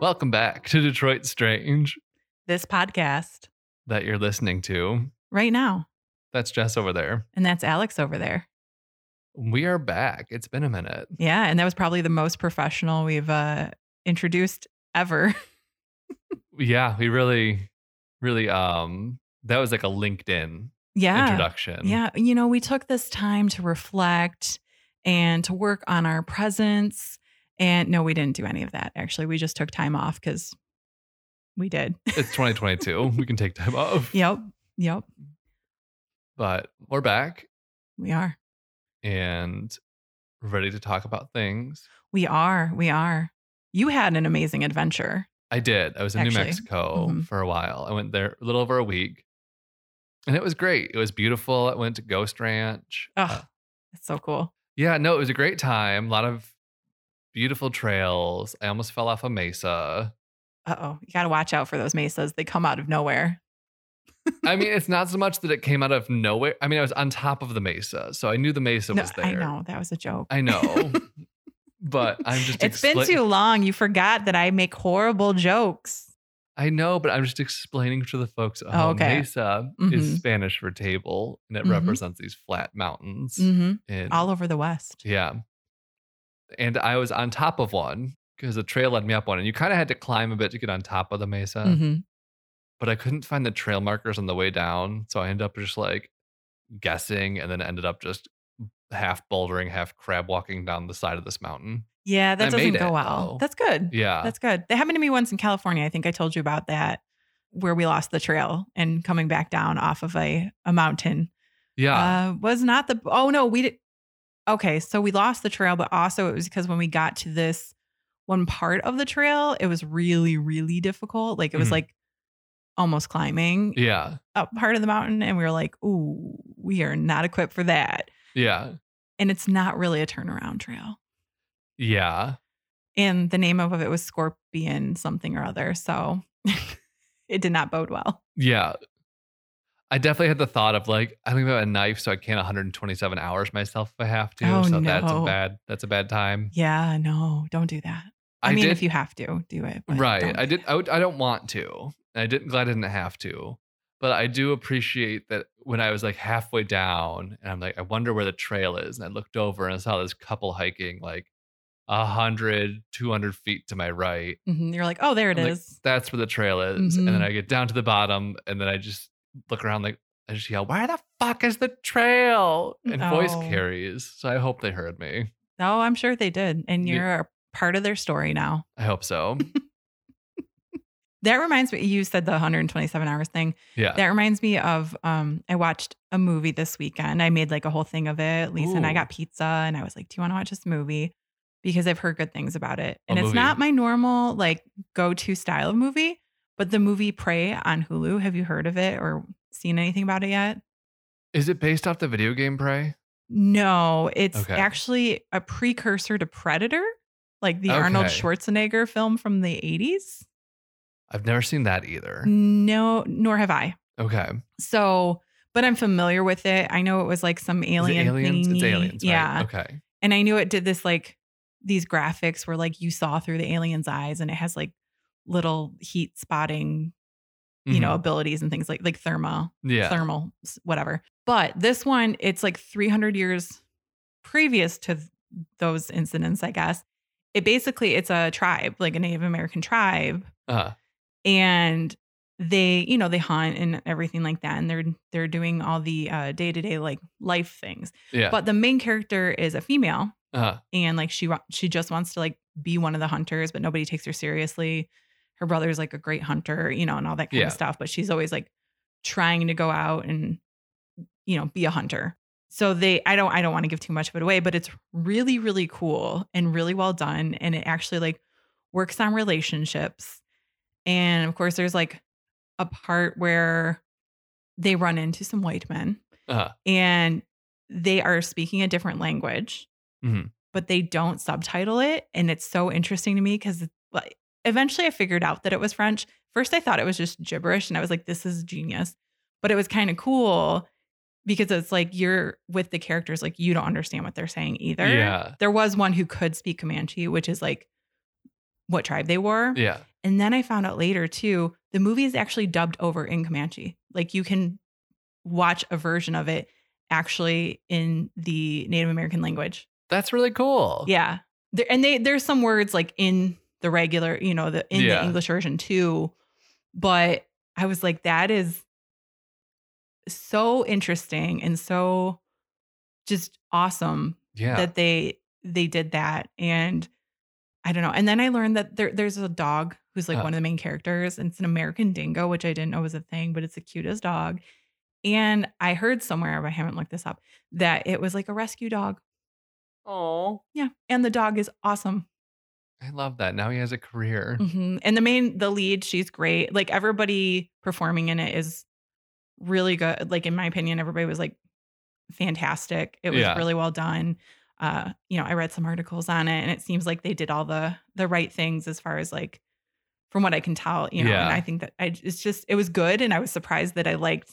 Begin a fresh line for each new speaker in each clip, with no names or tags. Welcome back to Detroit Strange
This podcast
that you're listening to.
right now.
That's Jess over there.
And that's Alex over there.
We are back. It's been a minute.
Yeah. And that was probably the most professional we've uh, introduced ever.
Yeah, we really, really, um, that was like a LinkedIn
yeah.
introduction.
Yeah. You know, we took this time to reflect and to work on our presence. And no, we didn't do any of that. Actually, we just took time off because we did.
It's 2022. we can take time off.
yep. Yep.
But we're back
We are.
and ready to talk about things.
We are. We are. You had an amazing adventure.
I did. I was in New
Actually,
Mexico
mhm.
for a while. I went there a little over a week and it was great. It was beautiful. I went to Ghost Ranch.
Ugh.
Uh,
That's so cool.
yeah, no, it was a great time. A lot of beautiful trails. I almost fell off a mesa.
Uh oh. You got to watch out for those mesas. They come out of nowhere.
I mean, it's not so much that it came out of nowhere. I mean, I was on top of the mesa. So I knew the mesa
No,
was there.
I know. That was a joke.
I know. but I'm just
It's been
expla-
too long. You forgot that I make horrible jokes.
I know, but I'm just explaining to the folks at
Oh,
home.
okay.
Mesa
Mhm.
is Spanish for table, and it
Mhm.
represents these flat mountains.
Mm-hmm.
in-
All over the West.
Yeah. And I was on top of one because the trail led me up one, and you kind of had to climb a bit to get on top of the mesa.
hmm
But I couldn't find the trail markers on the way down, so I ended up just like guessing, and then ended up just half bouldering, half crab walking down the side of this mountain.
Yeah, that
I
doesn't
made
go
it,
well.
though.
That's good.
Yeah,
That's good. That happened to me once in California. I think I told you about that, where we lost the trail and coming back down off of a, a mountain.
yeah,
Uh, was not the, oh no, we did. Okay, so we lost the trail, but also it was because when we got to this one part of the trail, it was really, really difficult. Like it was
Mhm.
like almost climbing
yeah,
up part of the mountain and we were like, ooh, we are not equipped for that.
yeah,
And it's not really a turnaround trail.
yeah.
And the name of it was Scorpion something or other. So it did not bode well.
Yeah. I definitely had the thought of like, I don't even have a knife, so I can't 127 hours myself if I have to.
Oh,
so that's a
no.
bad that's a bad time.
Yeah, no, don't do that. I, mean,
did,
if you have to, do it. but
right.
don't
I
do
did
that.
I, would, I don't want to. And I didn't glad I didn't have to. But I do appreciate that when I was like halfway down and I'm like, I wonder where the trail is. And I looked over and I saw this couple hiking like 100, 200 feet to my right.
Mhm. You're like, oh, there it
I'm like,
is.
that's where the trail is. And then
Mhm.
I get down to the bottom and then I just look around like I just yell, Where the fuck is the trail? And voice
Oh.
carries. So I hope they heard me.
oh, I'm sure they did. And
Yeah.
you're a part of their story now.
I hope so.
That reminds me, you said the 127 hours thing.
Yeah.
That reminds me of um I watched a movie this weekend. I made like a whole thing of it. Lisa and I
Ooh.
got pizza and I was like, "Do you want to watch this movie?" Because I've heard good things about it.
A
And it's
movie.
not my normal like go-to style of movie, but the movie Prey on Hulu, have you heard of it or seen anything about it yet?
Is it based off the video game Prey?
No, it's
Okay.
actually a precursor to Predator, like the Arnold
Okay.
Schwarzenegger film from the 80s.
I've never seen that either.
No, nor have I.
Okay.
So, but I'm familiar with it. I know it was like some
Is it
alien
aliens? It's
thingy.
aliens, right?
Yeah.
Okay.
And I knew it did this like these graphics where like you saw through the alien's eyes and it has like little heat spotting, you know,
Mhm.
abilities and things like like thermal,
Yeah.
thermal s- whatever. But this one it's like 300 years previous to th- those incidents, I guess. It basically it's a tribe, like a Native American tribe
Uh,
and they you know they hunt and everything like that and they're they're doing all the uh day-to-day like life things
yeah.
but the main character is a female
uh,
and like she wa- she just wants to like be one of the hunters but nobody takes her seriously her brother's like a great hunter you know and all that kind
Yeah.
of stuff but she's always like trying to go out and you know be a hunter so they i don't i don't want to give too much of it away but it's really really cool and really well done and it actually like works on relationships and of course there's like a part where they run into some white men
uh,
and they are speaking a different language,
Mhm.
but they don't subtitle it. And it's so interesting to me because like, eventually I figured out that it was French. First, I thought it was just gibberish, and I was like, this is genius. But it was kind of cool because it's like you're with the characters, like you don't understand what they're saying either.
yeah.
There was one who could speak Comanche, which is like what tribe they were.
Yeah.
And then I found out later too, the movie is actually dubbed over in Comanche. Like you can watch a version of it actually in the Native American language.
That's really cool.
Yeah. There, and they there's some words like in the regular, you know, the in
Yeah.
the English version too. But I was like, that is so interesting and so just awesome
Yeah.
that they they did that and i don't know and then i learned that there, there's a dog who's like
Oh.
one of the main characters and it's an american dingo which i didn't know was a thing but it's the cutest dog and i heard somewhere but i haven't looked this up that it was like a rescue dog
Oh,
yeah and the dog is awesome
I love that. Now he has a career.
Mhm. and the main the lead she's great like everybody performing in it is really good like in my opinion everybody was like fantastic it was
Yeah.
really well done uh you know i read some articles on it and it seems like they did all the the right things as far as like from what i can tell you know
Yeah.
and i think that i it's just it was good and i was surprised that i liked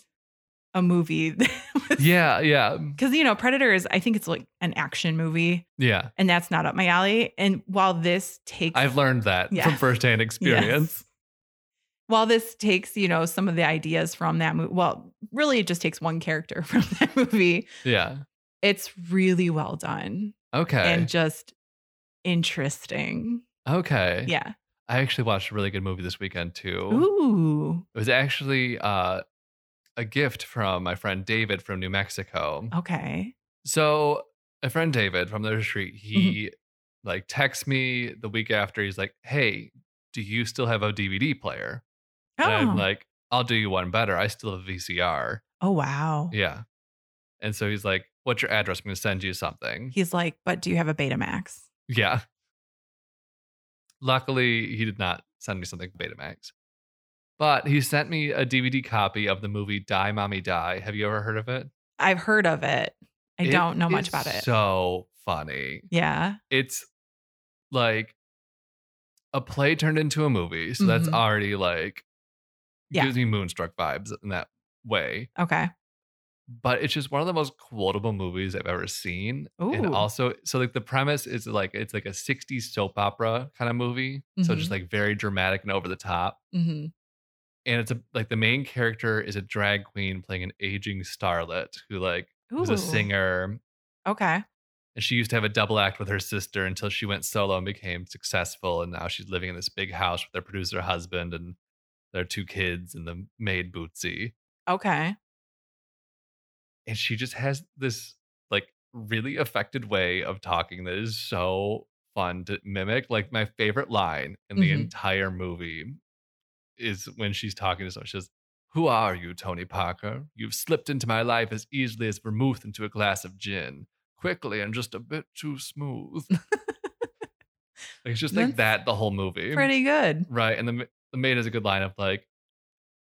a movie because
Yeah. Yeah.
you know predator is i think it's like an action movie
Yeah.
and that's not up my alley and while this takes
I've learned that
Yeah.
from firsthand experience.
while this takes you know some of the ideas from that movie well really it just takes one character from that movie
Yeah.
it's really well done
Okay.
and just interesting
okay.
yeah
I actually watched a really good movie this weekend too.
ooh
It was actually uh, a gift from my friend David from New Mexico.
okay
So my friend David from the retreat,
Mm-hmm.
he like texts me the week after. He's like, "Hey, do you still have a DVD player?" And I'm like, "I'll do you one better. I still have a VCR."
oh wow
Yeah. And so he's like, "What's your address? I'm going to send you something."
he's like but do you have a betamax
Yeah. Luckily, he did not send me something Betamax. But he sent me a DVD copy of the movie Die Mommy Die. Have you ever heard of it?
i've heard of it i
It
don't know
is
much about it
So funny.
yeah
It's like a play turned into a movie. So that's
Mhm.
already like
Yeah.
gives me moonstruck vibes in that way.
okay
But it's just one of the most quotable movies I've ever seen. And
Ooh.
also, so like the premise is like it's like a 60s soap opera kind of movie. So
Mm-hmm.
just like very dramatic and over the top.
hmm
And it's a, like the main character is a drag queen playing an aging starlet who like was a singer
okay
and she used to have a double act with her sister until she went solo and became successful. And now she's living in this big house with their producer husband and their two kids and the maid Bootsy.
okay
And she just has this like really affected way of talking that is so fun to mimic. Like my favorite line in the
Mhm.
entire movie is when she's talking to someone. She says, Who are you, Tony Parker? You've slipped into my life as easily as vermouth into a glass of gin. Quickly and just a bit too smooth. like it's just like
That's
that the whole movie.
pretty good
Right. And the, ma- the maid has a good line of like,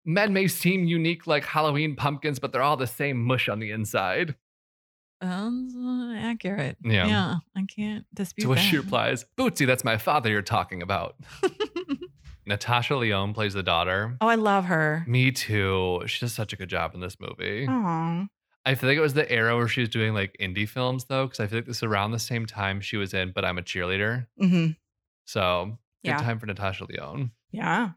men may seem unique like Halloween pumpkins, but they're all the same mush on the inside.
sounds uh, accurate
Yeah.
yeah i can't dispute
To which she
that.
replies, Bootsy, that's my father you're talking about. Natasha Leone plays the daughter.
oh i love her
Me too. She does such a good job in this movie.
Oh. Aw.
I feel like it was the era where she was doing like indie films though, because I feel like this is around the same time she was in But I'm a Cheerleader.
hmm
So good
Yeah.
time for Natasha Leone.
Yeah.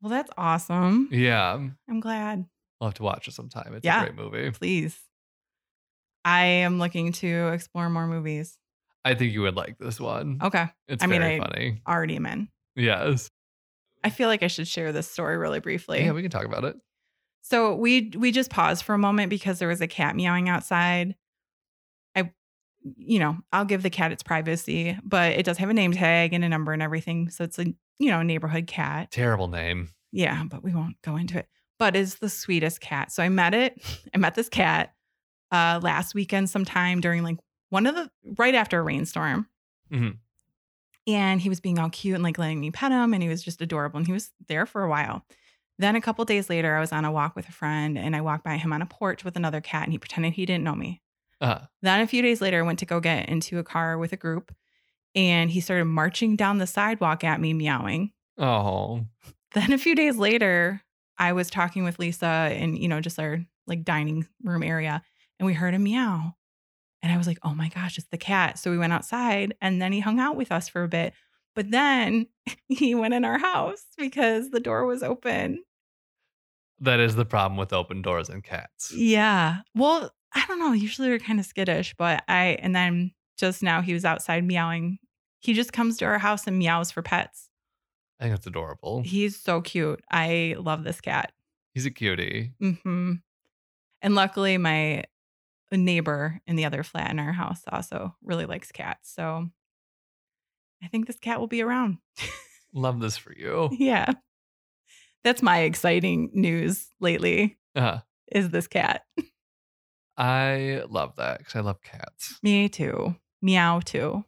Well, that's awesome.
Yeah.
I'm glad.
I'll have to watch it sometime. It's
Yeah.
a great movie.
Please. I am looking to explore more movies.
I think you would like this one.
Okay.
It's
Oh, I mean,
very
I-
funny.
Already am in.
Yes.
I feel like I should share this story really briefly.
Yeah, we can talk about it.
So we we just paused for a moment because there was a cat meowing outside. I you know, I'll give the cat its privacy, but it does have a name tag and a number and everything. So it's a you know, neighborhood cat.
Terrible name.
Yeah, but we won't go into it. But it's the sweetest cat. So I met it. I met this cat uh last weekend sometime during like one of the right after a rainstorm.
Mhm.
And he was being all cute and like letting me pet him and he was just adorable and he was there for a while. Then a couple days later I was on a walk with a friend and I walked by him on a porch with another cat and he pretended he didn't know me.
Uh,
Then a few days later, I went to go get into a car with a group and he started marching down the sidewalk at me, meowing.
oh,
Then a few days later, I was talking with Lisa in, you know, just our like dining room area and we heard a meow. And I was like, oh my gosh, it's the cat. So we went outside and then he hung out with us for a bit. But then he went in our house because the door was open.
That is the problem with open doors and cats.
Yeah. Well, I don't know. Usually they're kind of skittish, but I, and then just now he was outside meowing. He just comes to our house and meows for pets.
I think that's adorable.
He's so cute. I love this cat.
He's a cutie.
hmm And luckily, my neighbor in the other flat in our house also really likes cats. So I think this cat will be around.
Love this for you.
yeah. That's my exciting news lately
Uh,
is this cat.
I love that because I love cats.
Me too. Meow too.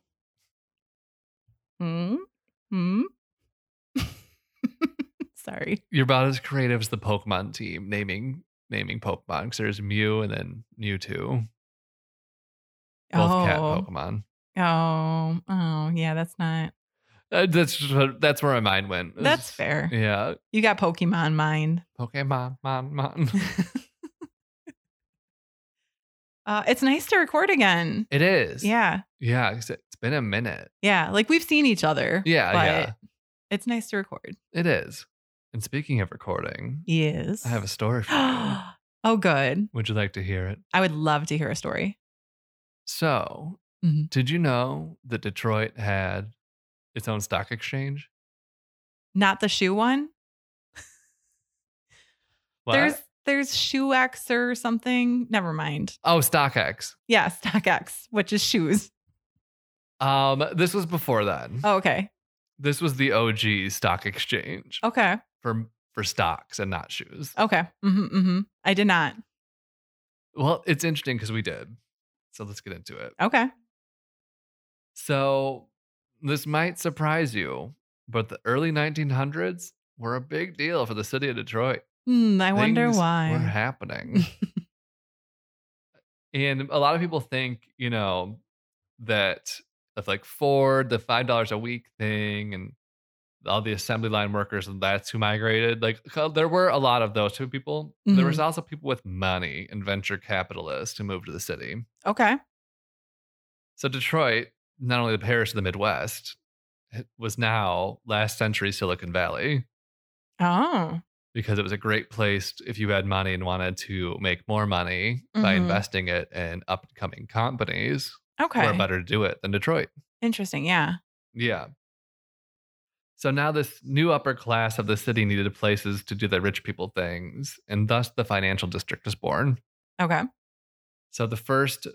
Hmm. Hmm. Sorry.
You're about as creative as the Pokemon team naming naming Pokemon because there's Mew and then Mewtwo, both
oh.
cat Pokemon.
Oh. Oh. Yeah. That's not.
Uh, that's just what- that's where my mind went. It was-
That's fair.
Yeah,
You got Pokemon mind.
Pokemon, mon, mon.
Uh, it's nice to record again.
It is.
Yeah.
yeah. 'cause It's been a minute.
Yeah. Like we've seen each other.
Yeah,
But
yeah.
It's nice to record.
It is. And speaking of recording,
Yes.
I have a story for you.
oh, good.
Would you like to hear it?
I would love to hear a story.
So,
Mhm.
did you know that Detroit had its own stock exchange?
Not the shoe one.
What?
There's there's shoe X or something. Never mind.
oh, StockX.
Yeah, StockX, which is shoes.
Um, this was before then.
Oh, okay.
This was the OG stock exchange
Okay.
for for stocks and not shoes.
Okay. hmm hmm I did not.
Well, it's interesting because we did. So let's get into it.
Okay.
So this might surprise you, but the early 1900s were a big deal for the city of Detroit.
Hmm, I wonder
Things Were
why.
happening. and a lot of people think, you know, that of like Ford, the five dollars a week thing, and all the assembly line workers, and that's who migrated. Like there were a lot of those two people. There
Mm-hmm.
was also people with money and venture capitalists who moved to the city.
Okay.
So Detroit, not only the parish of the Midwest, it was now last century Silicon Valley
Oh.
because it was a great place t- if you had money and wanted to make more money by
Mhm.
investing it in up and coming companies. Where
Okay.
better to do it than Detroit?
Interesting. Yeah.
Yeah. So now this new upper class of the city needed places to do their rich people things, and thus the financial district was born.
Okay.
So the first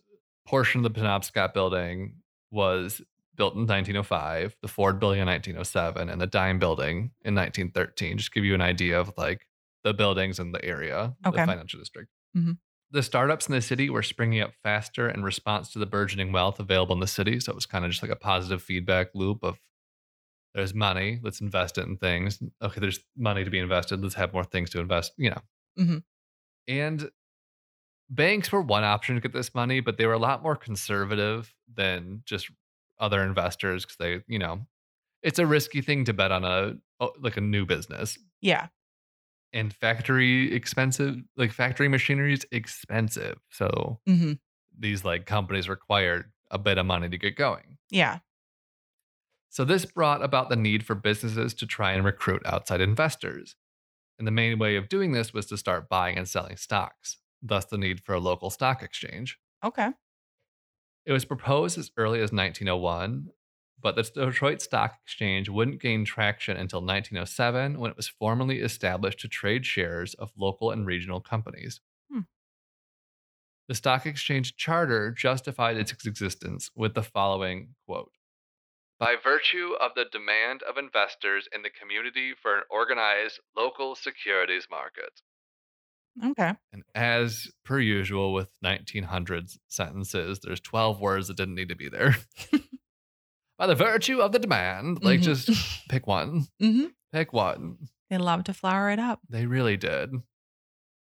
portion of the Penobscot building was built in 1905, the Ford building in 1907, and the Dime building in 1913. Just give you an idea of like the buildings in the area,
Okay.
the financial district.
Mhm.
The startups in the city were springing up faster in response to the burgeoning wealth available in the city. So it was kind of just like a positive feedback loop of there's money, let's invest it in things. Okay, there's money to be invested, let's have more things to invest, you know.
Mhm.
And banks were one option to get this money, but they were a lot more conservative than just other investors because they, you know, it's a risky thing to bet on a oh, like a new business
Yeah.
and factory expensive like factory machinery is expensive. So
hmm
these like companies required a bit of money to get going.
Yeah.
So this brought about the need for businesses to try and recruit outside investors. And the main way of doing this was to start buying and selling stocks, thus the need for a local stock exchange.
Okay.
It was proposed as early as 1901, but the Detroit Stock Exchange wouldn't gain traction until 1907 when it was formally established to trade shares of local and regional companies.
Hmm.
The Stock Exchange Charter justified its existence with the following quote By virtue of the demand of investors in the community for an organized local securities market.
Okay.
And as per usual with 1900s sentences, there's 12 words that didn't need to be there. By the virtue of the demand, like
Mhm.
just pick one,
hmm
pick one.
They love to flower it up.
They really did.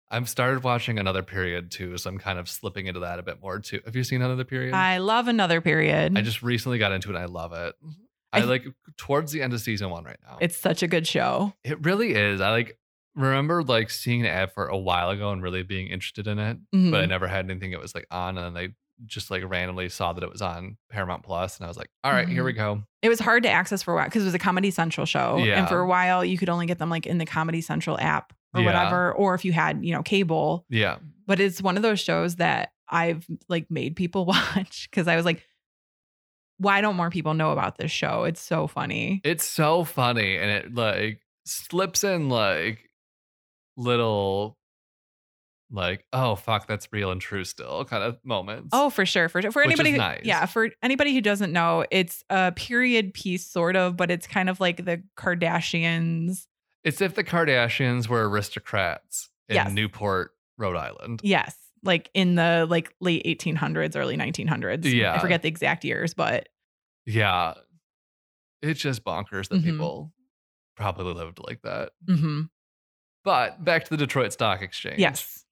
I've started watching another period too, so I'm kind of slipping into that a bit more too. Have you seen another period?
I love another period.
I just recently got into it and I love it. I,
I th-
like towards the end of season one right now.
it's such a good show.
it really is. I like remember like seeing an ad for it a while ago and really being interested in it.
Mhm.
but I never had anything that was like on. And then they just like randomly saw that it was on Paramount Plus, and I was like, all right, here we go.
It was hard to access for a while because it was a Comedy Central show,
Yeah.
and for a while you could only get them like in the Comedy Central app or
Yeah.
whatever, or if you had you know cable.
Yeah,
But it's one of those shows that I've like made people watch because I was like, why don't more people know about this show? It's so funny.
it's so funny, and it like slips in like little like oh fuck that's real and true still kind of moments.
Oh, for sure, for sure. For
Which is
anybody, who-
nice.
yeah, for anybody who doesn't know, it's a period piece, sort of, but it's kind of like the Kardashians.
it's if the Kardashians were aristocrats in
Yes.
Newport, Rhode Island.
Yes, like in the like late 1800s, early 1900s.
Yeah.
I forget the exact years, but
Yeah, it's just bonkers that
Mhm.
people probably lived like that.
mhm.
But back to the Detroit Stock Exchange.
yes,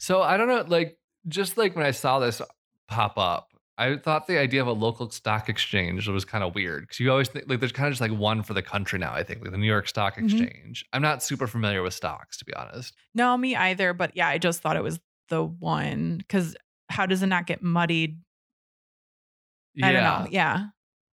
So I don't know, like just like when I saw this pop up, I thought the idea of a local stock exchange was kind of weird because you always think like there's kind of just like one for the country now. I think like the New York Stock
Mhm.
Exchange. I'm not super familiar with stocks to be honest.
no, me either. But yeah, I just thought it was the one because how does it not get muddied? I don't know. Yeah,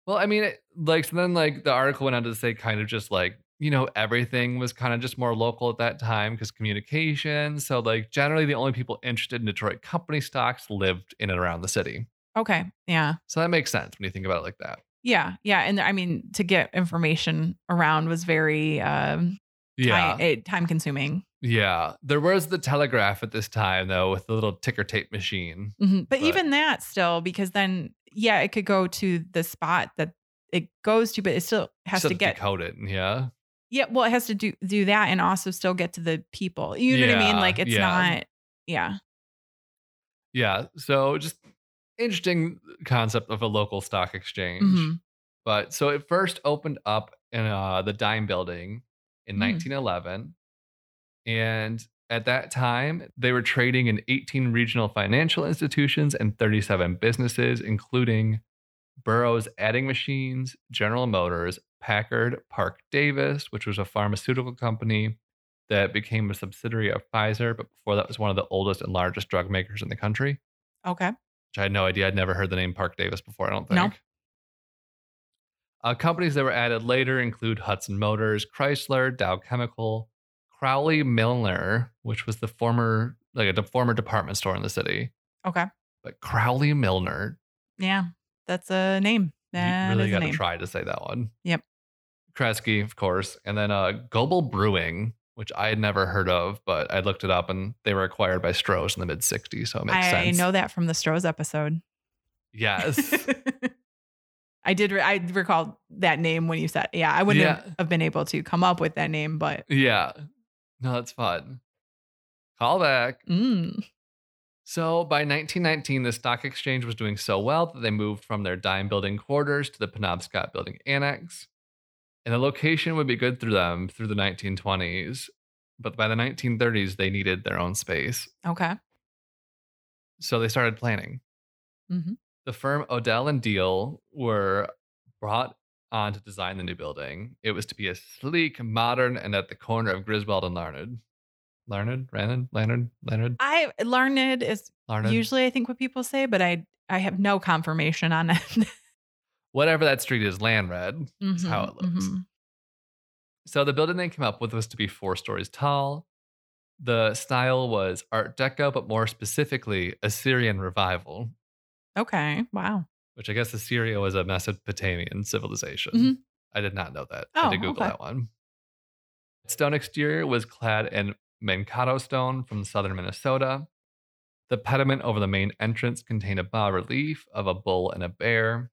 Well, I mean, it, like so then like the article went on to say kind of just like you know everything was kind of just more local at that time because communication. So like generally the only people interested in Detroit company stocks lived in and around the city.
okay, yeah,
So that makes sense when you think about it like that.
yeah, yeah. And I mean, to get information around was very um,
Yeah.
time consuming.
Yeah, there was the telegraph at this time though, with the little ticker tape machine.
Mhm. But,
But-
even that still, because then yeah, it could go to the spot that it goes to, but it still has
Still
to get
decoded. Yeah,
yeah. Well, it has to do do that and also still get to the people. You know what I mean?
Yeah,
Like it's
yeah.
not yeah.
yeah. So just interesting concept of a local stock exchange.
Mhm.
But so it first opened up in uh, the Dime Building in
Mhm.
1911, and at that time they were trading in 18 regional financial institutions and 37 businesses, including Burroughs Adding Machines, General Motors, Packard, Park Davis, which was a pharmaceutical company that became a subsidiary of Pfizer, but before that was one of the oldest and largest drug makers in the country
Okay.
which I had no idea. I'd never heard the name Park Davis before, I don't think.
No.
Uh, companies that were added later include Hudson Motors, Chrysler, Dow Chemical, Crowley Milner, which was the former, like a de- former department store in the city.
Okay.
But Crowley Milner,
Yeah. That's a name. That
you
is
really
a
got to
name.
try to say that one.
Yep.
Kresge, of course, and then uh, Goebel Brewing, which I had never heard of, but I looked it up and they were acquired by Stroh's in the mid '60s, so it makes
I
sense.
know that from the Stroh's episode.
Yes.
I did. Re- I recall that name when you said, "Yeah, I wouldn't
Yeah.
have been able to come up with that name, but
Yeah. No, that's fun. Call back.
mm,
So by 1919, the stock exchange was doing so well that they moved from their dime building quarters to the Penobscot building annex. And the location would be good through them through the 1920s. But by the 1930s, they needed their own space.
okay,
So they started planning.
Mhm.
The firm Odell and Deal were brought on to design the new building. It was to be a sleek, modern, and at the corner of Griswold and Larned. Larned? Rannon? Leonard? Leonard?
I learned is
Larned?
usually I think what people say, but I I have no confirmation on it.
Whatever that street is, Landred. That's how it looks.
Mhm.
So the building they came up with was to be four stories tall. The style was Art Deco, but more specifically, Assyrian revival,
Okay. Wow.
which I guess Assyria was a Mesopotamian civilization.
Mhm.
I did not know that. I
Oh,
had to Google
okay.
that one. Stone exterior was clad in Mankato stone from southern Minnesota. The pediment over the main entrance contained a bas relief of a bull and a bear.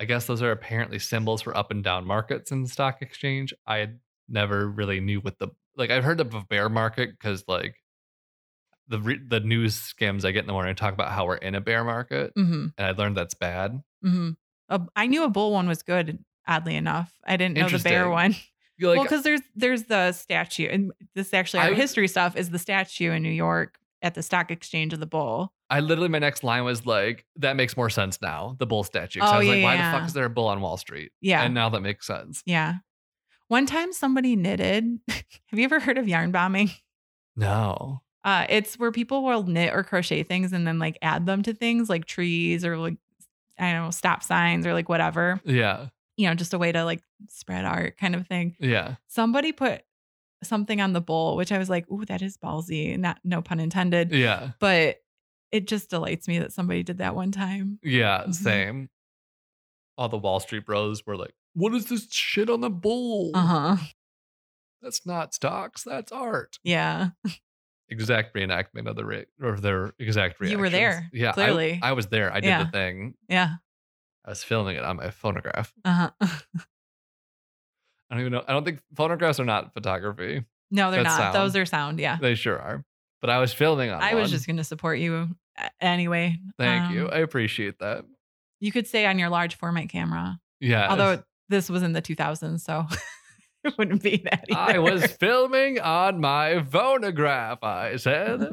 I guess those are apparently symbols for up and down markets in the stock exchange. I had never really knew what the like. I've heard of a bear market because like the re- the news skims I get in the morning talk about how we're in a bear market,
Mm-hmm.
and I learned that's bad.
Mm-hmm. A, I knew a bull one was good. Oddly enough, I didn't know the bear
Interesting.
one.
You're like,
Well, 'cause well, because there's there's the statue, and this is actually our
I-
history stuff is the statue in New York at the stock exchange of the bull.
I literally, my next line was like, that makes more sense now, the bull statue. 'Cause
Oh,
I was
yeah,
like, why
yeah.
the fuck is there a bull on Wall Street?
Yeah.
And now that makes sense.
yeah. One time somebody knitted. have you ever heard of yarn bombing?
No.
Uh, it's where people will knit or crochet things and then like add them to things like trees or like I don't know stop signs or like whatever.
Yeah.
You know, just a way to like spread art kind of thing.
Yeah.
Somebody put something on the bowl, which I was like, "Ooh, that is ballsy." Not no pun intended,
Yeah.
but it just delights me that somebody did that one time.
Yeah.
Mhm.
Same. All the Wall Street bros were like, what is this shit on the bowl?
Uh huh.
That's not stocks. That's art.
Yeah.
Exact reenactment of the re- or their exact reaction.
You were there,
Yeah. I-
clearly.
I, was there. I did
Yeah.
the thing.
Yeah.
I was filming it on my phonograph.
Uh huh.
I don't even know. I don't think phonographs are not photography.
No, they're
That's
not.
sound.
Those are sound. Yeah.
They sure are. But I was filming on
I
one.
was just going to support you a- anyway.
Thank you.
Um,
I appreciate that.
You could say on your large format camera,
Yeah.
although this was in the 2000s, so it wouldn't be that. Either.
I was filming on my phonograph, I said.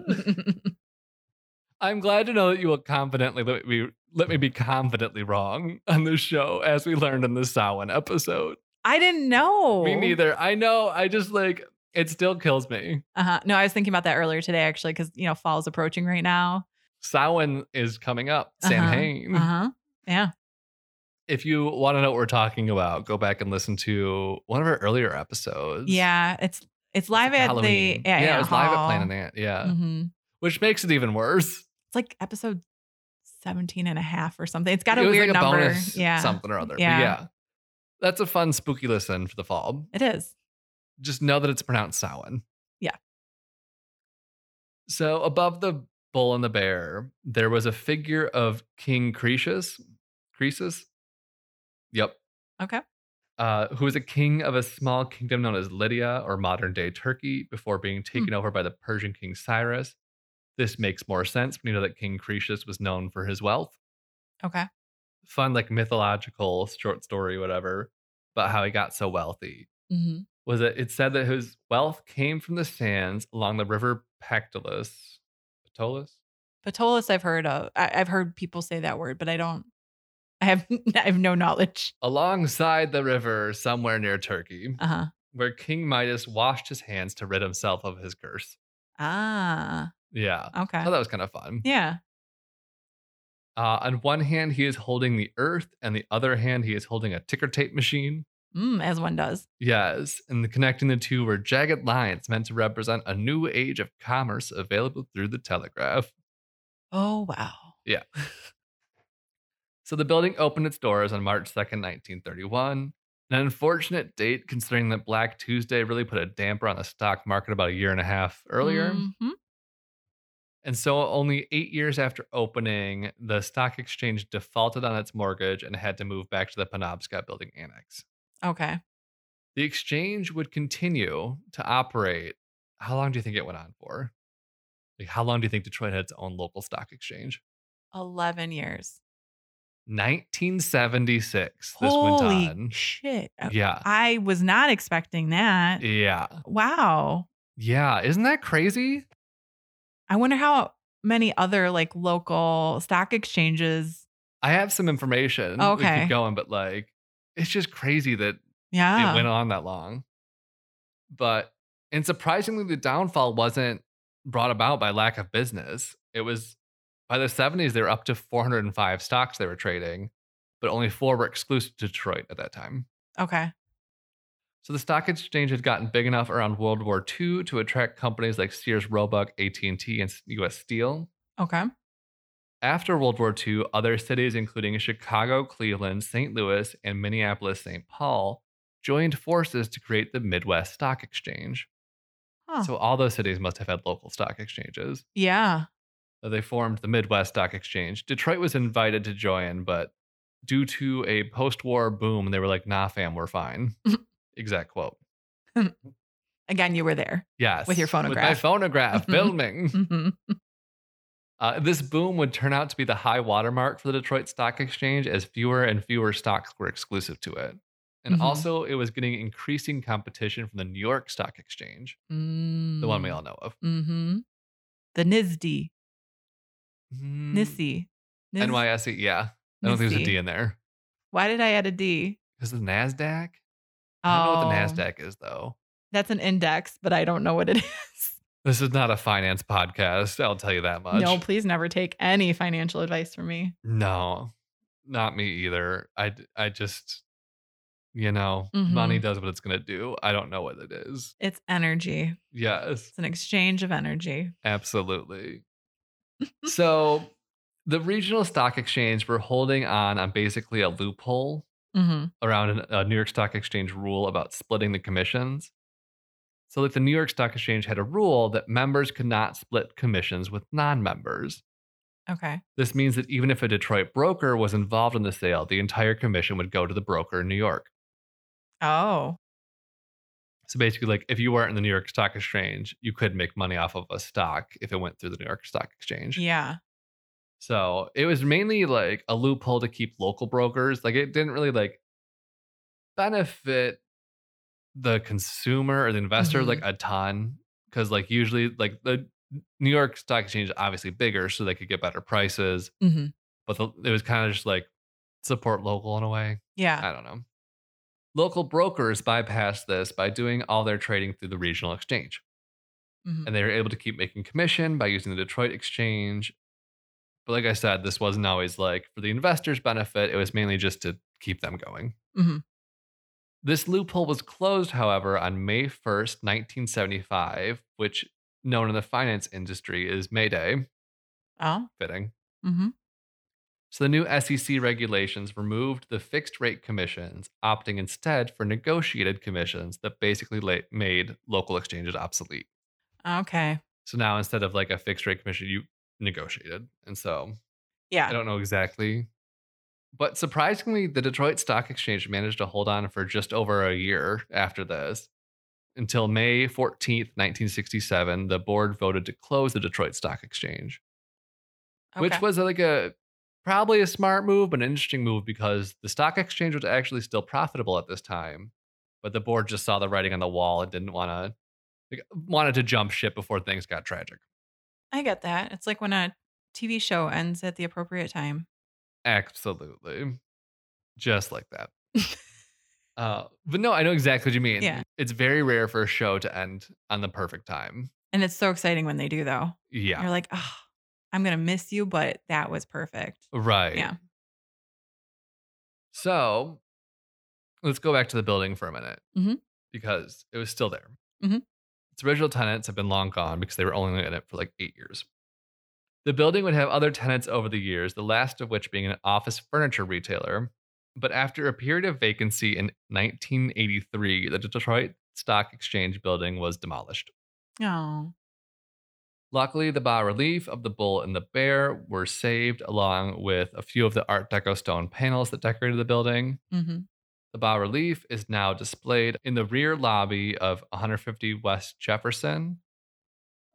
I'm glad to know that you will confidently let me let me be confidently wrong on this show, as we learned in the Samhain episode.
I didn't know.
Me neither. I know. I just like it still kills me.
Uh-huh. No, I was thinking about that earlier today, actually, because you know fall's approaching right now.
Samhain is coming up.
Uh-huh.
Samhain.
Uh huh. Yeah.
If you want to know what we're talking about, go back and listen to one of our earlier episodes.
Yeah. It's it's live at
Halloween.
the at
yeah,
Ant
it was live at
Hall.
Planet Ant. Yeah,
Mhm.
which makes it even worse.
It's like episode 17 and a half or something. It's got a
it was
weird
like a
number.
bonus
yeah.
something or other.
Yeah.
But yeah, that's a fun spooky listen for the fall.
It is.
just know that it's pronounced Samhain.
Yeah.
So above the bull and the bear, there was a figure of King Croesus. Croesus? Yep.
Okay.
Uh, who was a king of a small kingdom known as Lydia or modern day Turkey before being
Hmm.
taken over by the Persian king Cyrus. This makes more sense when you know that King Croesus was known for his wealth
Okay.
fun like mythological short story whatever about how he got so wealthy
hmm
was it it said that his wealth came from the sands along the river pactolus pactolus
Patolus, I've heard of. I, I've heard people say that word, but I don't. I have. I have no knowledge.
alongside the river somewhere near turkey
Uh huh.
where king midas washed his hands to rid himself of his curse
Ah.
yeah
Okay.
i thought that was kind of fun
Yeah.
uh, on one hand he is holding the earth and the other hand he is holding a ticker tape machine
Mm, as one does.
Yes, and the, connecting the two were jagged lines meant to represent a new age of commerce available through the telegraph.
Oh wow.
So the building opened its doors on March 2nd, 1931. An unfortunate date considering that Black Tuesday really put a damper on the stock market about a year and a half earlier.
Mhm.
And so, only eight years after opening, the stock exchange defaulted on its mortgage and had to move back to the Penobscot Building Annex.
Okay.
The exchange would continue to operate. How long do you think it went on for? Like, how long do you think Detroit had its own local stock exchange?
Eleven years.
1976. This
Holy
went on.
shit.
yeah.
I was not expecting that.
Yeah.
Wow.
Yeah. Isn't that crazy?
I wonder how many other like local stock exchanges.
I have some information. We
Okay.
keep going, but like, it's just crazy that it went
Yeah.
on that long. But, and surprisingly, the downfall wasn't brought about by lack of business. It was by the 70s, they were up to 405 stocks they were trading, but only four were exclusive to Detroit at that time.
Okay.
So the stock exchange had gotten big enough around World War II to attract companies like Sears, Roebuck, AT&T, and U.S. Steel.
Okay.
After World War II, other cities, including Chicago, Cleveland, St. Louis, and Minneapolis, St. Paul, joined forces to create the Midwest Stock Exchange.
Huh.
So all those cities must have had local stock exchanges.
yeah.
So They formed the Midwest Stock Exchange. Detroit was invited to join, but due to a post war boom, they were like, nah, fam, we're fine. exact quote.
Again, you were there.
Yes.
With your
With my
phonograph.
phonograph,
Mhm.
filming.
hmm
Uh, this boom would turn out to be the high watermark for the Detroit Stock Exchange as fewer and fewer stocks were exclusive to it. And
Mhm.
also, it was getting increasing competition from the New York Stock Exchange, the one we all know of.
Mm. Mm-hmm. The NISD.
Mm,
Nissy. Nis-
NYSE, E, yeah. I don't think there's a
Nissy.
D in there.
Why did I add a D?
Because the NASDAQ?
Oh.
I don't know what the NASDAQ is, though.
That's an index, but I don't know what it is.
This is not a finance podcast. I'll tell you that much.
No, please never take any financial advice from me.
No, not me either. I, I just, you know, money does what it's going to do. I don't know what it is.
It's energy.
Yes,
It's an exchange of energy.
absolutely. so the regional stock exchange were holding on on basically a loophole
Mm-hmm.
around an- a New York Stock Exchange rule about splitting the commissions. So, like the New York Stock Exchange had a rule that members could not split commissions with non members.
Okay.
This means that even if a Detroit broker was involved in the sale, the entire commission would go to the broker in New York.
Oh,
So basically, like if you weren't in the New York Stock Exchange, you could make money off of a stock if it went through the New York Stock Exchange.
yeah.
So it was mainly like a loophole to keep local brokers. Like it didn't really like benefit the consumer or the investor
Mhm.
like a ton because like usually like the New York Stock Exchange is obviously bigger, so they could get better prices.
Mm-hmm.
But the, it was kind of just like support local in a way.
Yeah.
I don't know. Local brokers bypassed this by doing all their trading through the regional exchange
Mhm.
and they were able to keep making commission by using the Detroit exchange. But like I said, this wasn't always like for the investors' benefit, it was mainly just to keep them going.
Mhm.
This loophole was closed, however, on May 1st, 1975, which known in the finance industry is May Day,
Oh.
fitting.
Mm-hmm.
So the new SEC regulations removed the fixed rate commissions, opting instead for negotiated commissions that basically la- made local exchanges obsolete.
Okay.
So now instead of like a fixed rate commission, you negotiated. And so I
Yeah.
don't know exactly. But surprisingly, the Detroit Stock Exchange managed to hold on for just over a year after this. Until May 14th, 1967, the board voted to close the Detroit Stock Exchange,
Okay.
which was uh, like a probably a smart move, but an interesting move because the stock exchange was actually still profitable at this time. But the board just saw the writing on the wall and didn't want to, like, wanted to jump ship before things got tragic.
I get that. It's like when a TV show ends at the appropriate time.
Absolutely. Just like that. uh, but no, I know exactly what you mean.
Yeah.
It's very rare for a show to end on the perfect time.
And it's so exciting when they do, though.
Yeah.
You're like, oh, I'm going to miss you, but that was perfect.
Right.
Yeah.
So let's go back to the building for a minute
Mhm.
because it was still there.
Mhm.
Its original tenants have been long gone because they were only in it for like eight years. The building would have other tenants over the years, the last of which being an office furniture retailer. But after a period of vacancy in 1983, the Detroit Stock Exchange building was demolished.
Oh,
Luckily, the bas relief of the bull and the bear were saved, along with a few of the Art Deco stone panels that decorated the building.
hmm
The bas relief is now displayed in the rear lobby of 150 West Jefferson,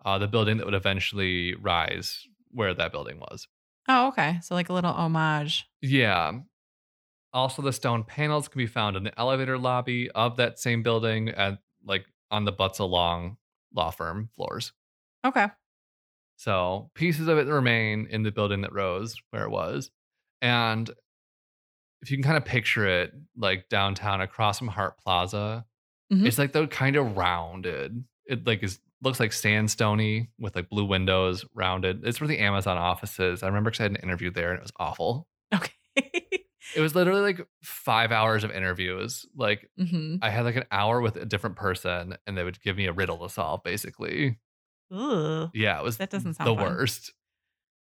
uh, the building that would eventually rise where that building was.
oh, okay. So like a little homage.
Yeah. Also, the stone panels can be found in the elevator lobby of that same building and like on the butts along law firm floors.
Okay.
So pieces of it remain in the building that rose where it was. And if you can kind of picture it like downtown across from Hart Plaza,
Mhm.
it's like they're kind of rounded. It like is looks like sandstony with like blue windows rounded. It's where the Amazon office is. I remember because I had an interview there and it was awful.
Okay.
It was literally like five hours of interviews. Like
hmm
I had like an hour with a different person and they would give me a riddle to solve basically.
Ooh.
Yeah, it was
That doesn't sound
the
fun.
worst.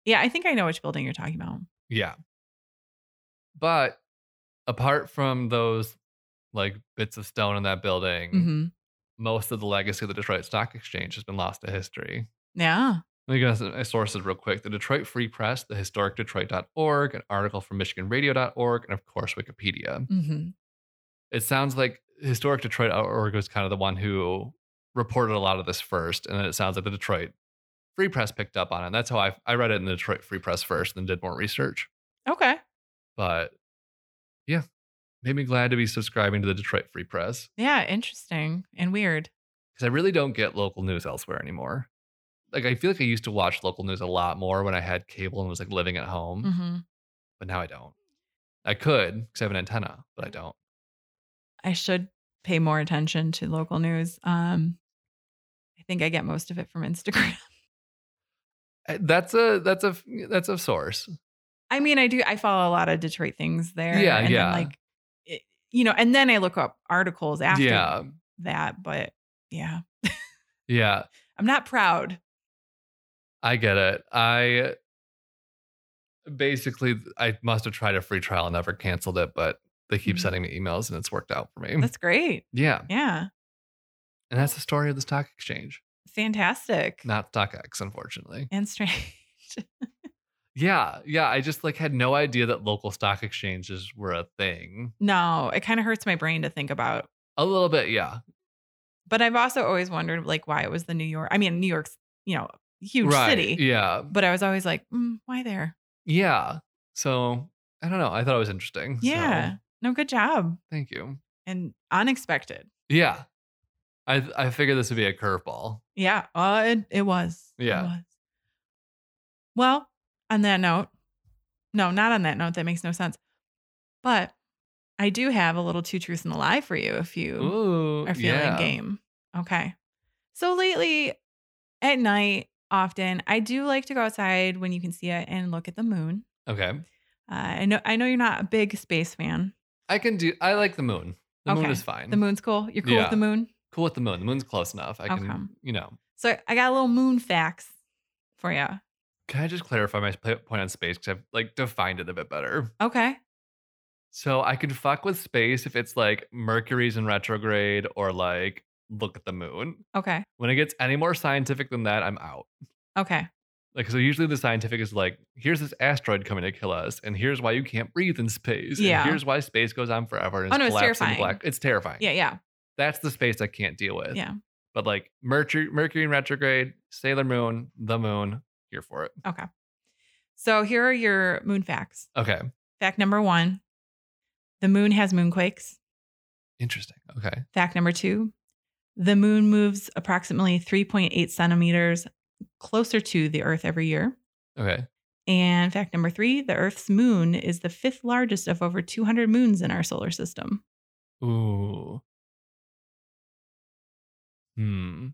Yeah, I think I know which building you're talking about.
Yeah. But apart from those like bits of stone in that building,
hmm
most of the legacy of the Detroit Stock Exchange has been lost to history.
Yeah.
Let me get some sources real quick. The Detroit Free Press, the historic Detroit.org, an article from MichiganRadio.org, and of course Wikipedia.
hmm
It sounds like historic Detroit.org was kind of the one who reported a lot of this first, and then it sounds like the Detroit Free Press picked up on it. that's how I I read it in the Detroit Free Press first, and did more research.
Okay.
but yeah, made me glad to be subscribing to the Detroit Free Press
Yeah. Interesting and weird.
because I really don't get local news elsewhere anymore. Like I feel like I used to watch local news a lot more when I had cable and was like living at home,
hmm
but now I don't. I could because I have an antenna, but I don't.
I should pay more attention to local news. Um, I think I get most of it from Instagram.
Uh, That's a that's a that's a source.
I mean, I do. I follow a lot of Detroit things there.
Yeah,
and
yeah.
Then, like, it- you know, and then I look up articles after
Yeah.
that. But yeah,
Yeah,
I'm not proud.
I get it. I basically I must have tried a free trial and never canceled it, but they keep
Mhm.
sending me emails and it's worked out for me.
That's great.
yeah,
Yeah,
and that's the story of the stock exchange,
fantastic.
not StockX, unfortunately.
And strange.
Yeah, yeah. I just like had no idea that local stock exchanges were a thing.
No, it kind of hurts my brain to think about.
A little bit, yeah.
But I've also always wondered, like, why it was the New York. I mean, New York's, you know, huge
right.
city.
Yeah,
But I was always like, mm, why there?
yeah. So I don't know. I thought it was interesting. so
Yeah. No, good job.
thank you.
And unexpected.
Yeah, I I figured this would be a curveball.
Yeah. Uh, it, it was. It
Yeah.
was. Well, on that note, no, not on that note. That makes no sense. But I do have a little two truths and a lie for you if you
Ooh,
are feeling
yeah.
game. Okay. So lately at night, often I do like to go outside when you can see it and look at the moon.
Okay.
Uh, I know I know you're not a big space fan.
I can do. I like the moon. The moon
Okay.
is fine.
The moon's cool. You're cool
Mm, Yeah.
with the moon.
Cool with the moon. The moon's close enough. I can.
Okay.
You know.
So I got a little moon facts for you.
Can I just clarify my pla- point on space? Because I've like defined it a bit better.
Okay.
So I can fuck with space if it's like Mercury's in retrograde or like look at the moon.
Okay.
When it gets any more scientific than that, I'm out.
Okay.
Like so, usually the scientific is like, here's this asteroid coming to kill us, and here's why you can't breathe in space. and
Yeah.
here's why space goes on forever. And
Oh, no, it's
collapse and
terrifying.
Black. It's terrifying.
Yeah, yeah.
That's the space I can't deal with.
Yeah.
But like Mercury, Mercury in retrograde, Sailor Moon, the moon, here for it.
So here are your moon facts.
Okay.
Fact number 1, the moon has moonquakes.
Interesting. Okay.
Fact number two the moon moves approximately 3.8 centimeters closer to the Earth every year.
Okay.
And fact number three the Earth's moon is the fifth largest of over 200 moons in our solar system.
Ooh. Hmm.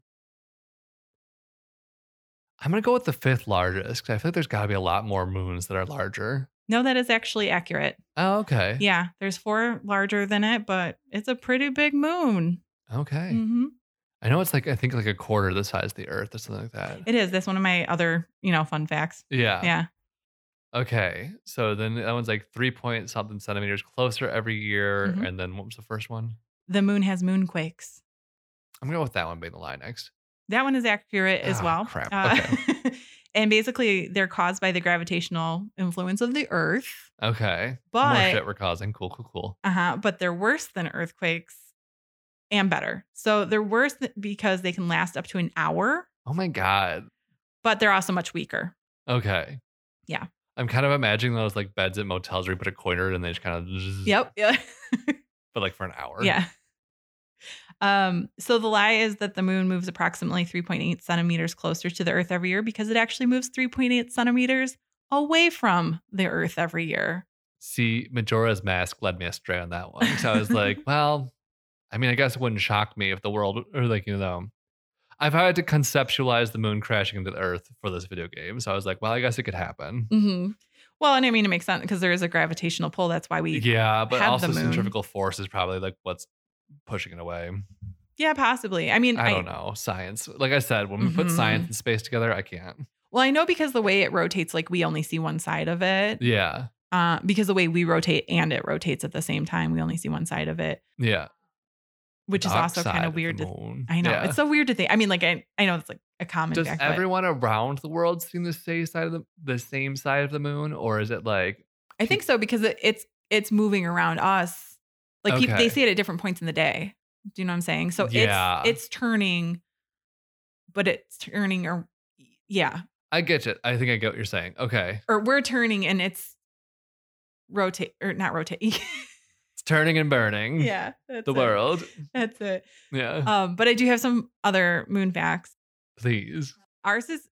I'm gonna go with the fifth largest because I feel like there's got to be a lot more moons that are larger.
No, that is actually accurate.
Oh, okay.
Yeah, there's four larger than it, but it's a pretty big moon.
Okay.
Mhm.
I know it's like I think like a quarter the size of the Earth or something like that.
It is. That's one of my other, you know, fun facts.
yeah.
Yeah.
Okay. So then that one's like three point something centimeters closer every year.
Mhm.
And then what was the first one?
The moon has moonquakes.
I'm gonna go with that one being the lie next.
That one is accurate as
Ah,
well.
crap.
Uh, and basically, they're caused by the gravitational influence of the Earth.
Okay. More
but
shit we're causing. Cool, cool, cool.
uh-huh, but they're worse than earthquakes and better. So they're worse th- because they can last up to an hour,
Oh my god.
but they're also much weaker.
Okay.
Yeah.
I'm kind of imagining those like beds at motels where you put a coin in it and they just kind of zzz,
Yep. Yeah.
but like for an hour.
yeah. Um, so the lie is that the moon moves approximately 3.8 centimeters closer to the Earth every year because it actually moves 3.8 centimeters away from the Earth every year.
See, Majora's Mask led me astray on that one. So I was like, well, I mean, I guess it wouldn't shock me if the world or like you know, I've had to conceptualize the moon crashing into the Earth for this video game. So I was like, well, I guess it could happen.
hmm Well, and I mean, it makes sense because there is a gravitational pull. That's why we
Yeah, but
have
also
the moon.
centrifugal force is probably like what's pushing it away.
Yeah, possibly. I mean,
I don't know. Science. Like I said, when we put
Mhm.
science and space together, I can't.
Well, I know because the way it rotates, like we only see one side of it.
Yeah.
Uh, because the way we rotate and it rotates at the same time, we only see one side of it,
Yeah.
which is
Dark
also
side
kind
of
of
the
weird. To,
moon.
I know
Yeah.
it's so weird to think. I mean, like I, I know it's like a common
Does
fact, but
everyone around the world see the same side of the, the same side of the moon, or is it like
I think so because it, it's it's moving around us. Like peop-
Okay.
they see it at different points in the day. Do you know what I'm saying? So
Yeah.
it's it's turning, but it's turning or yeah,
I get it. I think I get what you're saying. Okay,
or we're turning and it's rotate or not rotate.
it's turning and burning.
yeah, that's
the
it.
world.
That's it.
Yeah,
Um, but I do have some other moon facts.
please.
Ours is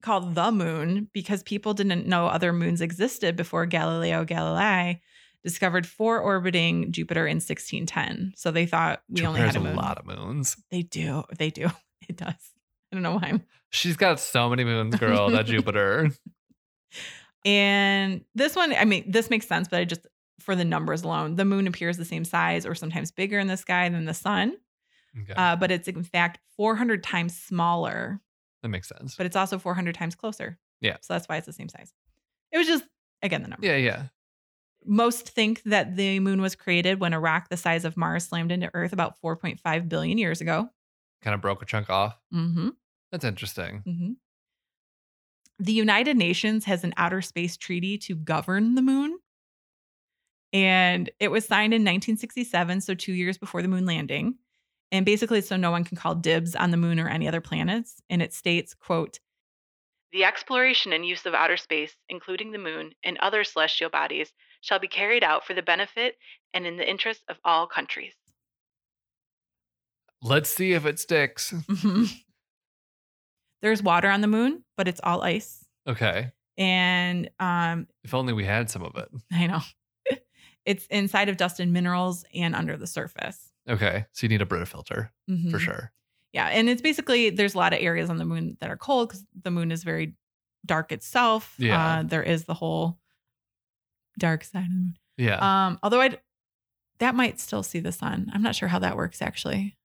called the moon because people didn't know other moons existed before Galileo Galilei discovered four orbiting Jupiter in 1610. So they thought we only
Jupiter's
had a moon.
a lot of moons.
They do. They do. It does. I don't know why. I'm
She's got so many moons, girl. that Jupiter.
And this one, I mean, this makes sense, but I just, for the numbers alone, the moon appears the same size or sometimes bigger in the sky than the sun,
Okay,
uh, but it's in fact 400 times smaller,
that makes sense.
but it's also 400 times closer.
Yeah.
So that's why it's the same size. It was just, again, the number.
Yeah, yeah.
Most think that the moon was created when a rock the size of Mars slammed into Earth about 4.5 billion years ago.
Kind of broke a chunk off.
Mm-hmm.
That's interesting.
Mm-hmm. The United Nations has an outer space treaty to govern the moon. And it was signed in 1967, so two years before the moon landing. And basically, it's so no one can call dibs on the moon or any other planets. And it states, quote, the exploration and use of outer space, including the moon and other celestial bodies, shall be carried out for the benefit and in the interest of all countries.
Let's see if it sticks.
There's water on the moon, but it's all ice.
Okay.
and um,
If only we had some of it.
I know it's inside of dust and minerals and under the surface
Okay. So you need a Brita filter for
Mhm.
sure.
Yeah, and it's basically there's a lot of areas on the moon that are cold because the moon is very dark itself.
Yeah.
uh, there is the whole dark side of the moon.
Yeah.
Um, although I that might still see the sun. I'm not sure how that works actually.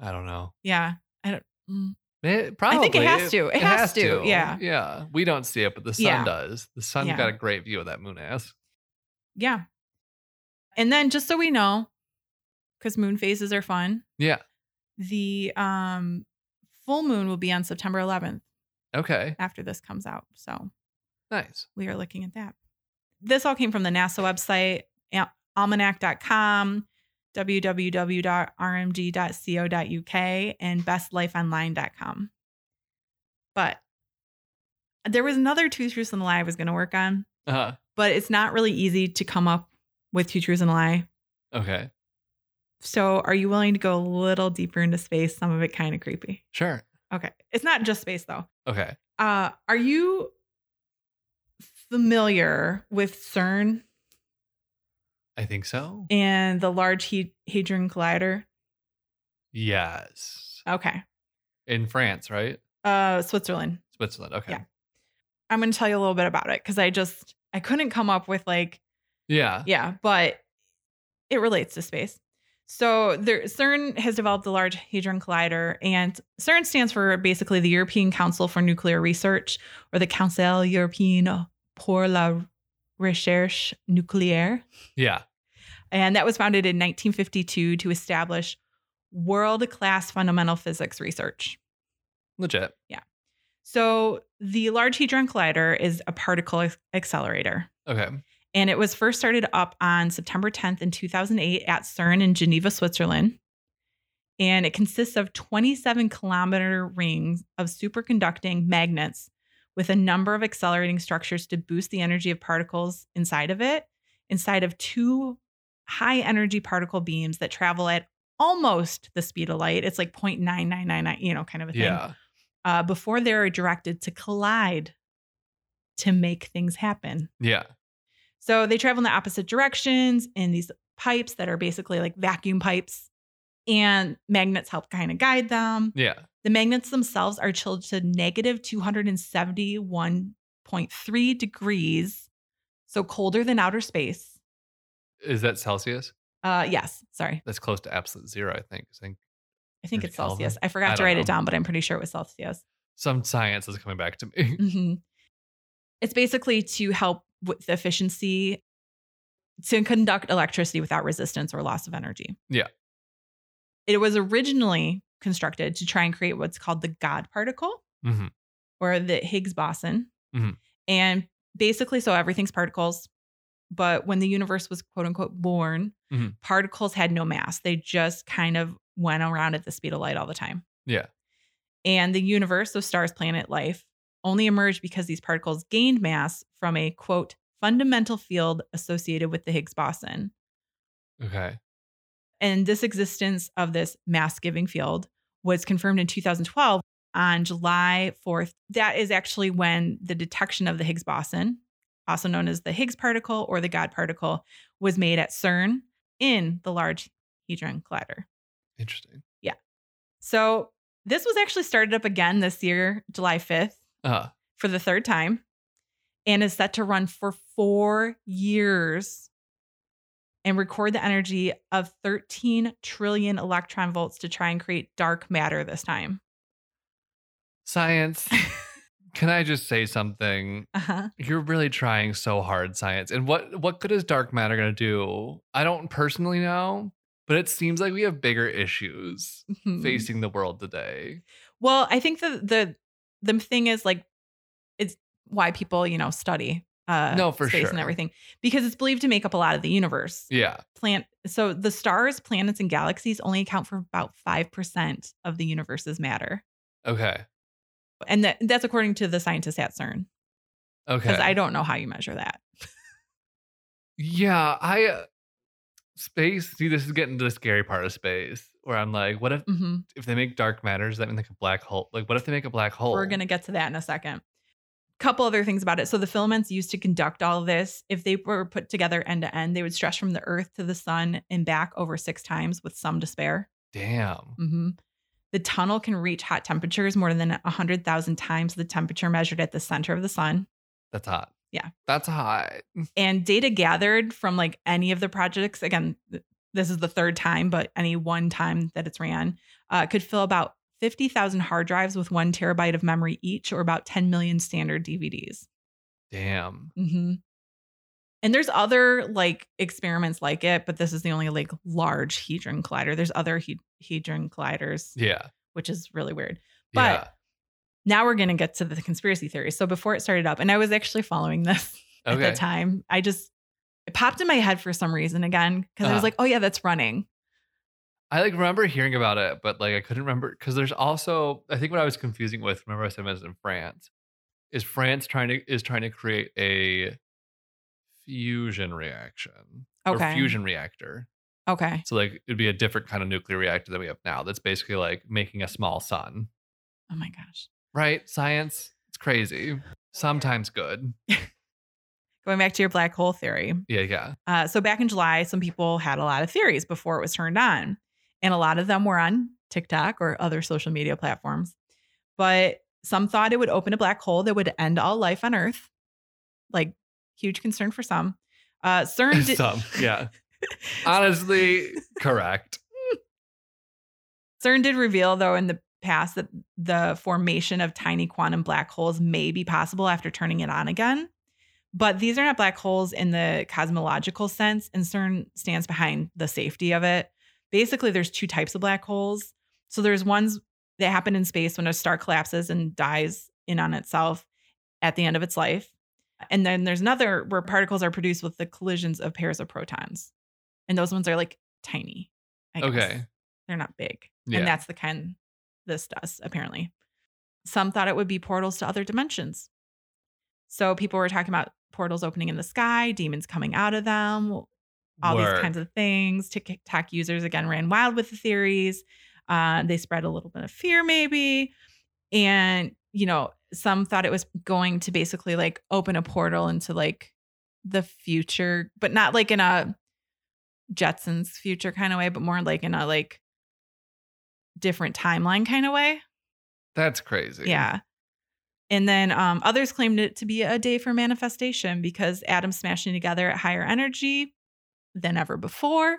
I don't know.
Yeah, I don't. mm,
It, probably.
think it has to. It has to, yeah.
Yeah. We don't see it, but the sun
Yeah.
does. The sun
Yeah.
got a great view of that moon ass.
Yeah, and then just so we know, because moon phases are fun.
Yeah.
the um full moon will be on September 11th
Okay.
after this comes out. So
Nice.
we are looking at that. This all came from the NASA website, al- almanac.com, www.rmg.co.uk, and bestlifeonline.com. But there was another two truths and a lie I was going to work on,
Uh,
but it's not really easy to come up with two truths and a lie.
okay.
So are you willing to go a little deeper into space? Some of it kind of creepy.
Sure.
Okay. It's not just space though.
Okay.
Uh are you familiar with CERN
I think so.
and the Large He- Hadron Collider?
Yes.
Okay.
In France, right?
Uh Switzerland.
Switzerland. Okay.
Yeah. I'm going to tell you a little bit about it cuz I just I couldn't come up with like
Yeah.
yeah, but it relates to space. So there, CERN has developed the Large Hadron Collider, and CERN stands for basically the European Council for Nuclear Research, or the Council Européen pour la Recherche Nucléaire,
Yeah.
and that was founded in 1952 to establish world-class fundamental physics research.
Legit.
So the Large Hadron Collider is a particle ac- accelerator.
Okay.
And it was first started up on September 10th in 2008 at CERN in Geneva, Switzerland. And it consists of 27 kilometer rings of superconducting magnets with a number of accelerating structures to boost the energy of particles inside of it, inside of two high energy particle beams that travel at almost the speed of light. It's like 0.9999, you know, kind of a thing.
Yeah.
Uh, before they're directed to collide to make things happen.
Yeah.
So they travel in the opposite directions in these pipes that are basically like vacuum pipes, and magnets help kind of guide them.
Yeah.
The magnets themselves are chilled to negative 271.3 degrees, so colder than outer space.
Is that Celsius?
Uh, yes, sorry.
That's close to absolute zero, I think. I think
I think
Is it
it's Celsius.
Kelvin?
I
I
forgot to
don't
write
know.
it down, but I'm pretty sure it was Celsius.
some science is coming back to me.
Mhm. It's basically to help with the efficiency to conduct electricity without resistance or loss of energy.
Yeah.
It was originally constructed to try and create what's called the God particle
Mhm.
or the Higgs boson.
Mhm.
And basically, so everything's particles. But when the universe was quote unquote born,
Mhm.
particles had no mass. They just kind of went around at the speed of light all the time.
Yeah.
And the universe of stars, planet, life only emerged because these particles gained mass from a quote fundamental field associated with the Higgs boson.
Okay.
And this existence of this mass giving field was confirmed in 2012 on July 4th. That is actually when the detection of the Higgs boson, also known as the Higgs particle or the God particle, was made at CERN in the Large Hadron Collider.
Interesting.
So This was actually started up again this year, July 5th,
Uh,
for the third time, and is set to run for four years and record the energy of 13 trillion electron volts to try and create dark matter this time.
science. Can I just say something?
Uh-huh.
You're really trying so hard, science. And what what good is dark matter going to do? I don't personally know, but it seems like we have bigger issues
Mm.
facing the world today.
Well, I think the the the thing is like it's why people, you know, study uh
No, for
space
sure.
and everything because it's believed to make up a lot of the universe.
Yeah.
Plant so the stars, planets and galaxies only account for about 5% of the universe's matter.
Okay.
And that, that's according to the scientists at CERN
Okay.
cuz I don't know how you measure that.
Yeah, I uh, space. See, this is getting to the scary part of space, where I'm like, what if
Mhm.
if they make dark matter? Does that mean like a black hole? Like, what if they make a black hole?
We're going to get to that in a second. Couple other things about it. So the filaments used to conduct all this, if they were put together end to end, they would stretch from the earth to the sun and back over 6 times with some to spare.
Damn.
hmm The tunnel can reach hot temperatures more than 100,000 times the temperature measured at the center of the sun.
That's hot.
Yeah.
That's hot.
And data gathered from like any of the projects, again, th- this is the third time, but any one time that it's ran, uh, could fill about 50,000 hard drives with one terabyte of memory each, or about 10 million standard DVDs.
Damn.
hmm And there's other like experiments like it, but this is the only like large Hadron Collider. There's other he- Hadron Colliders,
Yeah.
which is really weird.
yeah.
But now we're going to get to the conspiracy theories. So before it started up, and I was actually following this at
Okay.
the time, I just it popped in my head for some reason again because I
Uh-huh.
was like, oh yeah, that's running.
I like remember hearing about it, but like I couldn't remember because there's also I think what I was confusing with. Remember I said it was in France. Is France trying to is trying to create a fusion reaction or
Okay.
fusion reactor?
Okay.
So like it'd be a different kind of nuclear reactor than we have now. That's basically like making a small sun.
Oh my gosh.
Right? Science. It's crazy. Sometimes good.
Going back to your black hole theory.
Yeah, yeah.
Uh, so back in July, some people had a lot of theories before it was turned on, and a lot of them were on TikTok or other social media platforms. But some thought it would open a black hole that would end all life on Earth, like huge concern for some. Uh, CERN did-
Some. Yeah. Honestly, correct.
CERN did reveal, though, in the past that the formation of tiny quantum black holes may be possible after turning it on again. But these are not black holes in the cosmological sense, and CERN stands behind the safety of it. Basically, there's two types of black holes. So there's ones that happen in space when a star collapses and dies in on itself at the end of its life. And then there's another where particles are produced with the collisions of pairs of protons. And those ones are like tiny. I guess
Okay.
they're not big.
Yeah.
And that's the kind this does, apparently. Some thought it would be portals to other dimensions. So people were talking about portals opening in the sky, demons coming out of them, all
Word.
these kinds of things. TikTok users again ran wild with the theories. Uh, they spread a little bit of fear, maybe. And, you know, some thought it was going to basically like open a portal into like the future, but not like in a Jetsons future kind of way, but more like in a like different timeline kind of way.
That's crazy.
Yeah. And then um, others claimed it to be a day for manifestation because atoms smashing together at higher energy than ever before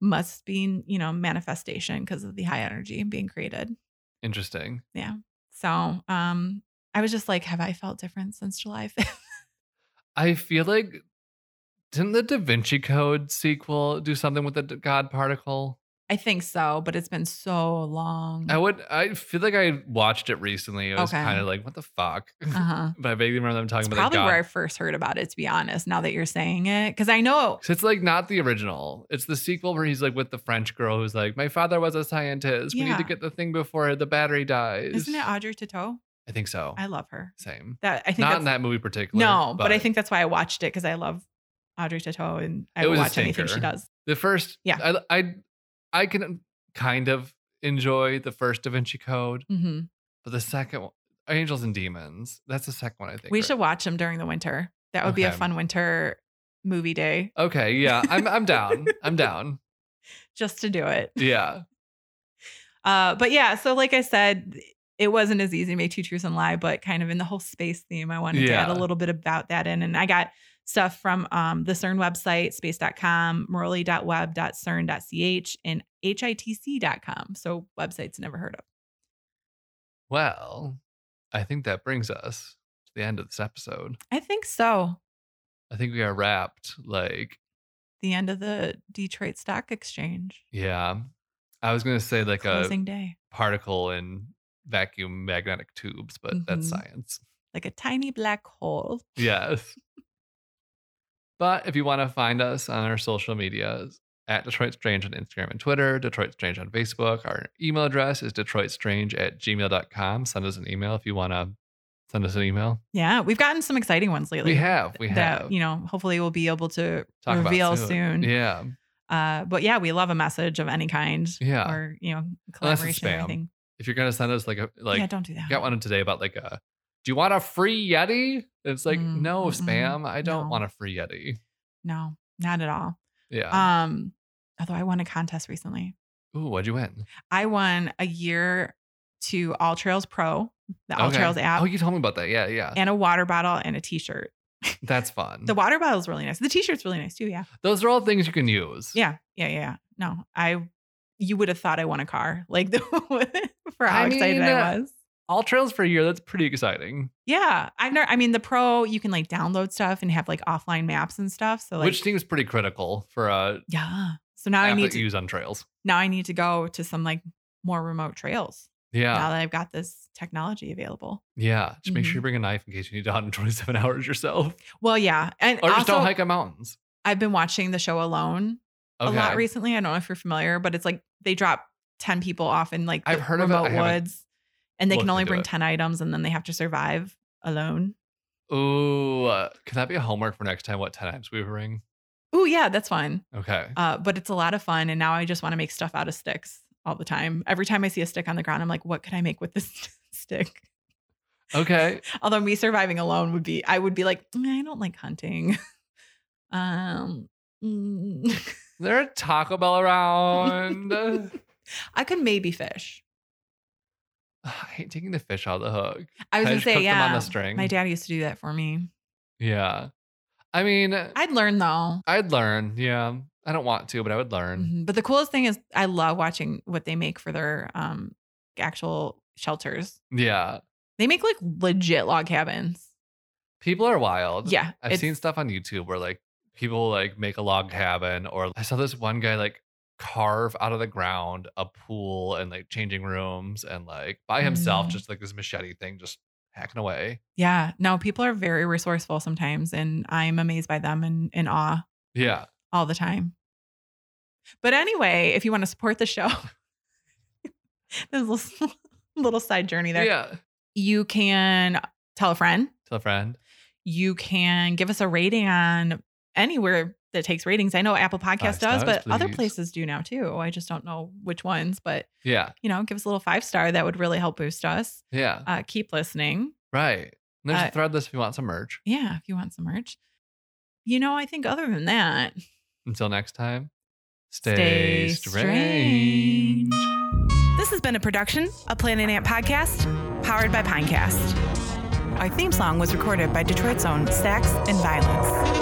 must be, you know, manifestation because of the high energy being created.
Interesting.
So um, I was just like, have I felt different since July 5th?
I feel like didn't the Da Vinci Code sequel do something with the d- God particle?
I think so, but it's been so long.
I would. I feel like I watched it recently. It was
Okay.
kind of like, what the fuck?
uh-huh.
but I vaguely remember them talking
It's
about the
probably
God.
where I first heard about it, to be honest, now that you're saying it. Because I know,
'Cause it's like not the original. It's the sequel where he's like with the French girl who's like, "My father was a scientist. We need to
Yeah.
get the thing before the battery dies."
isn't it Audrey Tautou?
I think so.
I love her.
Same.
That I think
Not
that's-
in that movie particular.
No, but, I think that's why I watched it because I love Audrey Tautou and I
It
will
was a
watch anything she
stinker.
does.
the first.
Yeah.
I I, I can kind of enjoy the first Da Vinci Code,
hmm
but the second one, Angels and Demons. That's the second one. I think
We
right?
should watch them during the winter. That would be a
Okay.
fun winter movie day
Okay. Yeah. I'm I'm down. I'm down.
just to do it.
Yeah.
Uh, but yeah, so like I said, it wasn't as easy to make two truths and a lie, but kind of in the whole space theme, I wanted to add a
Yeah.
little bit about that in. And I got stuff from um, the CERN website, space.com, morley.web.cern.ch, and hitc.com. So websites never heard of.
Well, I think that brings us to the end of this episode.
I think so.
I think we are wrapped. Like,
The end of the Detroit Stock Exchange
yeah. I was going to say like a
closing day,
particle in vacuum magnetic tubes, but that's
Mhm.
science.
like a tiny black hole.
Yes. but if you want to find us on our social medias, at Detroit Strange on Instagram and Twitter, Detroit Strange on Facebook. Our email address is detroitstrange at gmail.com. Send us an email if you want to send us an email.
Yeah, we've gotten some exciting ones lately.
We have. We have.
that you know hopefully we'll be able to
Talk about
reveal
soon.
soon.
Yeah.
Uh, but yeah, we love a message of any kind.
Yeah.
Or you know
Unless
collaboration.
it's
or
spam.
anything.
If you're going to send us like a, like,
yeah, don't do that.
I got one today about like a, do you want a free Yeti? It's like,
Mm,
no,
mm-mm,
spam. I don't
no.
want a free Yeti.
No, not at all.
Yeah.
Um, although I won a contest recently.
Ooh, what'd you win?
I won a year to All Trails Pro, the All
Okay.
Trails app,
Oh, you told me about that. Yeah. Yeah. Mm.
and a water bottle and a T-shirt.
That's fun.
The water bottle is really nice. The T-shirt's really nice too. Yeah.
Those are all things you can use.
Yeah. Yeah. Yeah. yeah. No, I. You would have thought I won a car, like for how
I
excited
mean,
I
uh,
was.
all trails for a year. That's pretty exciting.
Yeah, I've never. I mean, the pro you can like download stuff and have like offline maps and stuff. So like,
which seems pretty critical for a
yeah. So now I
app
need
that
to
you use on trails.
now I need to go to some like more remote trails. Now
Yeah,
that I've got this technology available.
yeah. Just make
Mhm.
sure you bring a knife in case you need to hunt in 27 hours yourself,
Well, yeah, and
or just
also
don't hike on mountains.
I've been watching the show Alone
Okay,
a lot recently. I don't know if you're familiar, but it's like they drop ten people off in like the
I've heard of it. I
remote
haven't
woods, and they can
looked
only
into
bring
it.
ten items, and then they have to survive alone.
Ooh, uh, can that be a homework for next time? What 10 items we bring?
Oh yeah, that's fun.
Okay,
Uh, but it's a lot of fun. And now I just want to make stuff out of sticks all the time. Every time I see a stick on the ground, I'm like, what could I make with this stick?
okay.
Although me surviving alone would be, I would be like, "Mm, I don't like hunting. um, mm.
Is there a Taco Bell around? I
I could maybe fish.
hate taking the fish out of the hook.
I
I
was gonna
just
say,
cook them
yeah.
on the string.
My dad used to do that for me.
Yeah, I mean,
I'd learn though.
I'd learn. Yeah, I don't want to, but I would learn.
Mhm. But the coolest thing is, I love watching what they make for their um actual shelters.
Yeah,
They make like legit log cabins.
people are wild.
Yeah,
I've
it's-
seen stuff on YouTube where like people like make a log cabin, or I saw this one guy like carve out of the ground a pool and like changing rooms and like by himself,
Mm.
just like this machete thing, just hacking away.
Yeah. No, people are very resourceful sometimes, and I'm amazed by them and in awe
Yeah.
all the time. But anyway, if you want to support the show, there's a little, little side journey there.
Yeah.
You can tell a friend.
Tell a friend.
You can give us a rating on anywhere that takes ratings. I know Apple Podcast
Five
does,
stars,
but other
please.
places do now too. I just don't know which ones, but
Yeah.
you know, give us a little five star. That would really help boost us.
Yeah.
Uh, keep listening.
Right. And there's
uh,
a thread list if you want some merch.
Yeah, if you want some merch. You know, I think other than that,
Until next time,
Stay
stay, strange.
this has been a production, a Planet Ant podcast, powered by Pinecast. Our theme song was recorded by Detroit's own Stacks and Violence.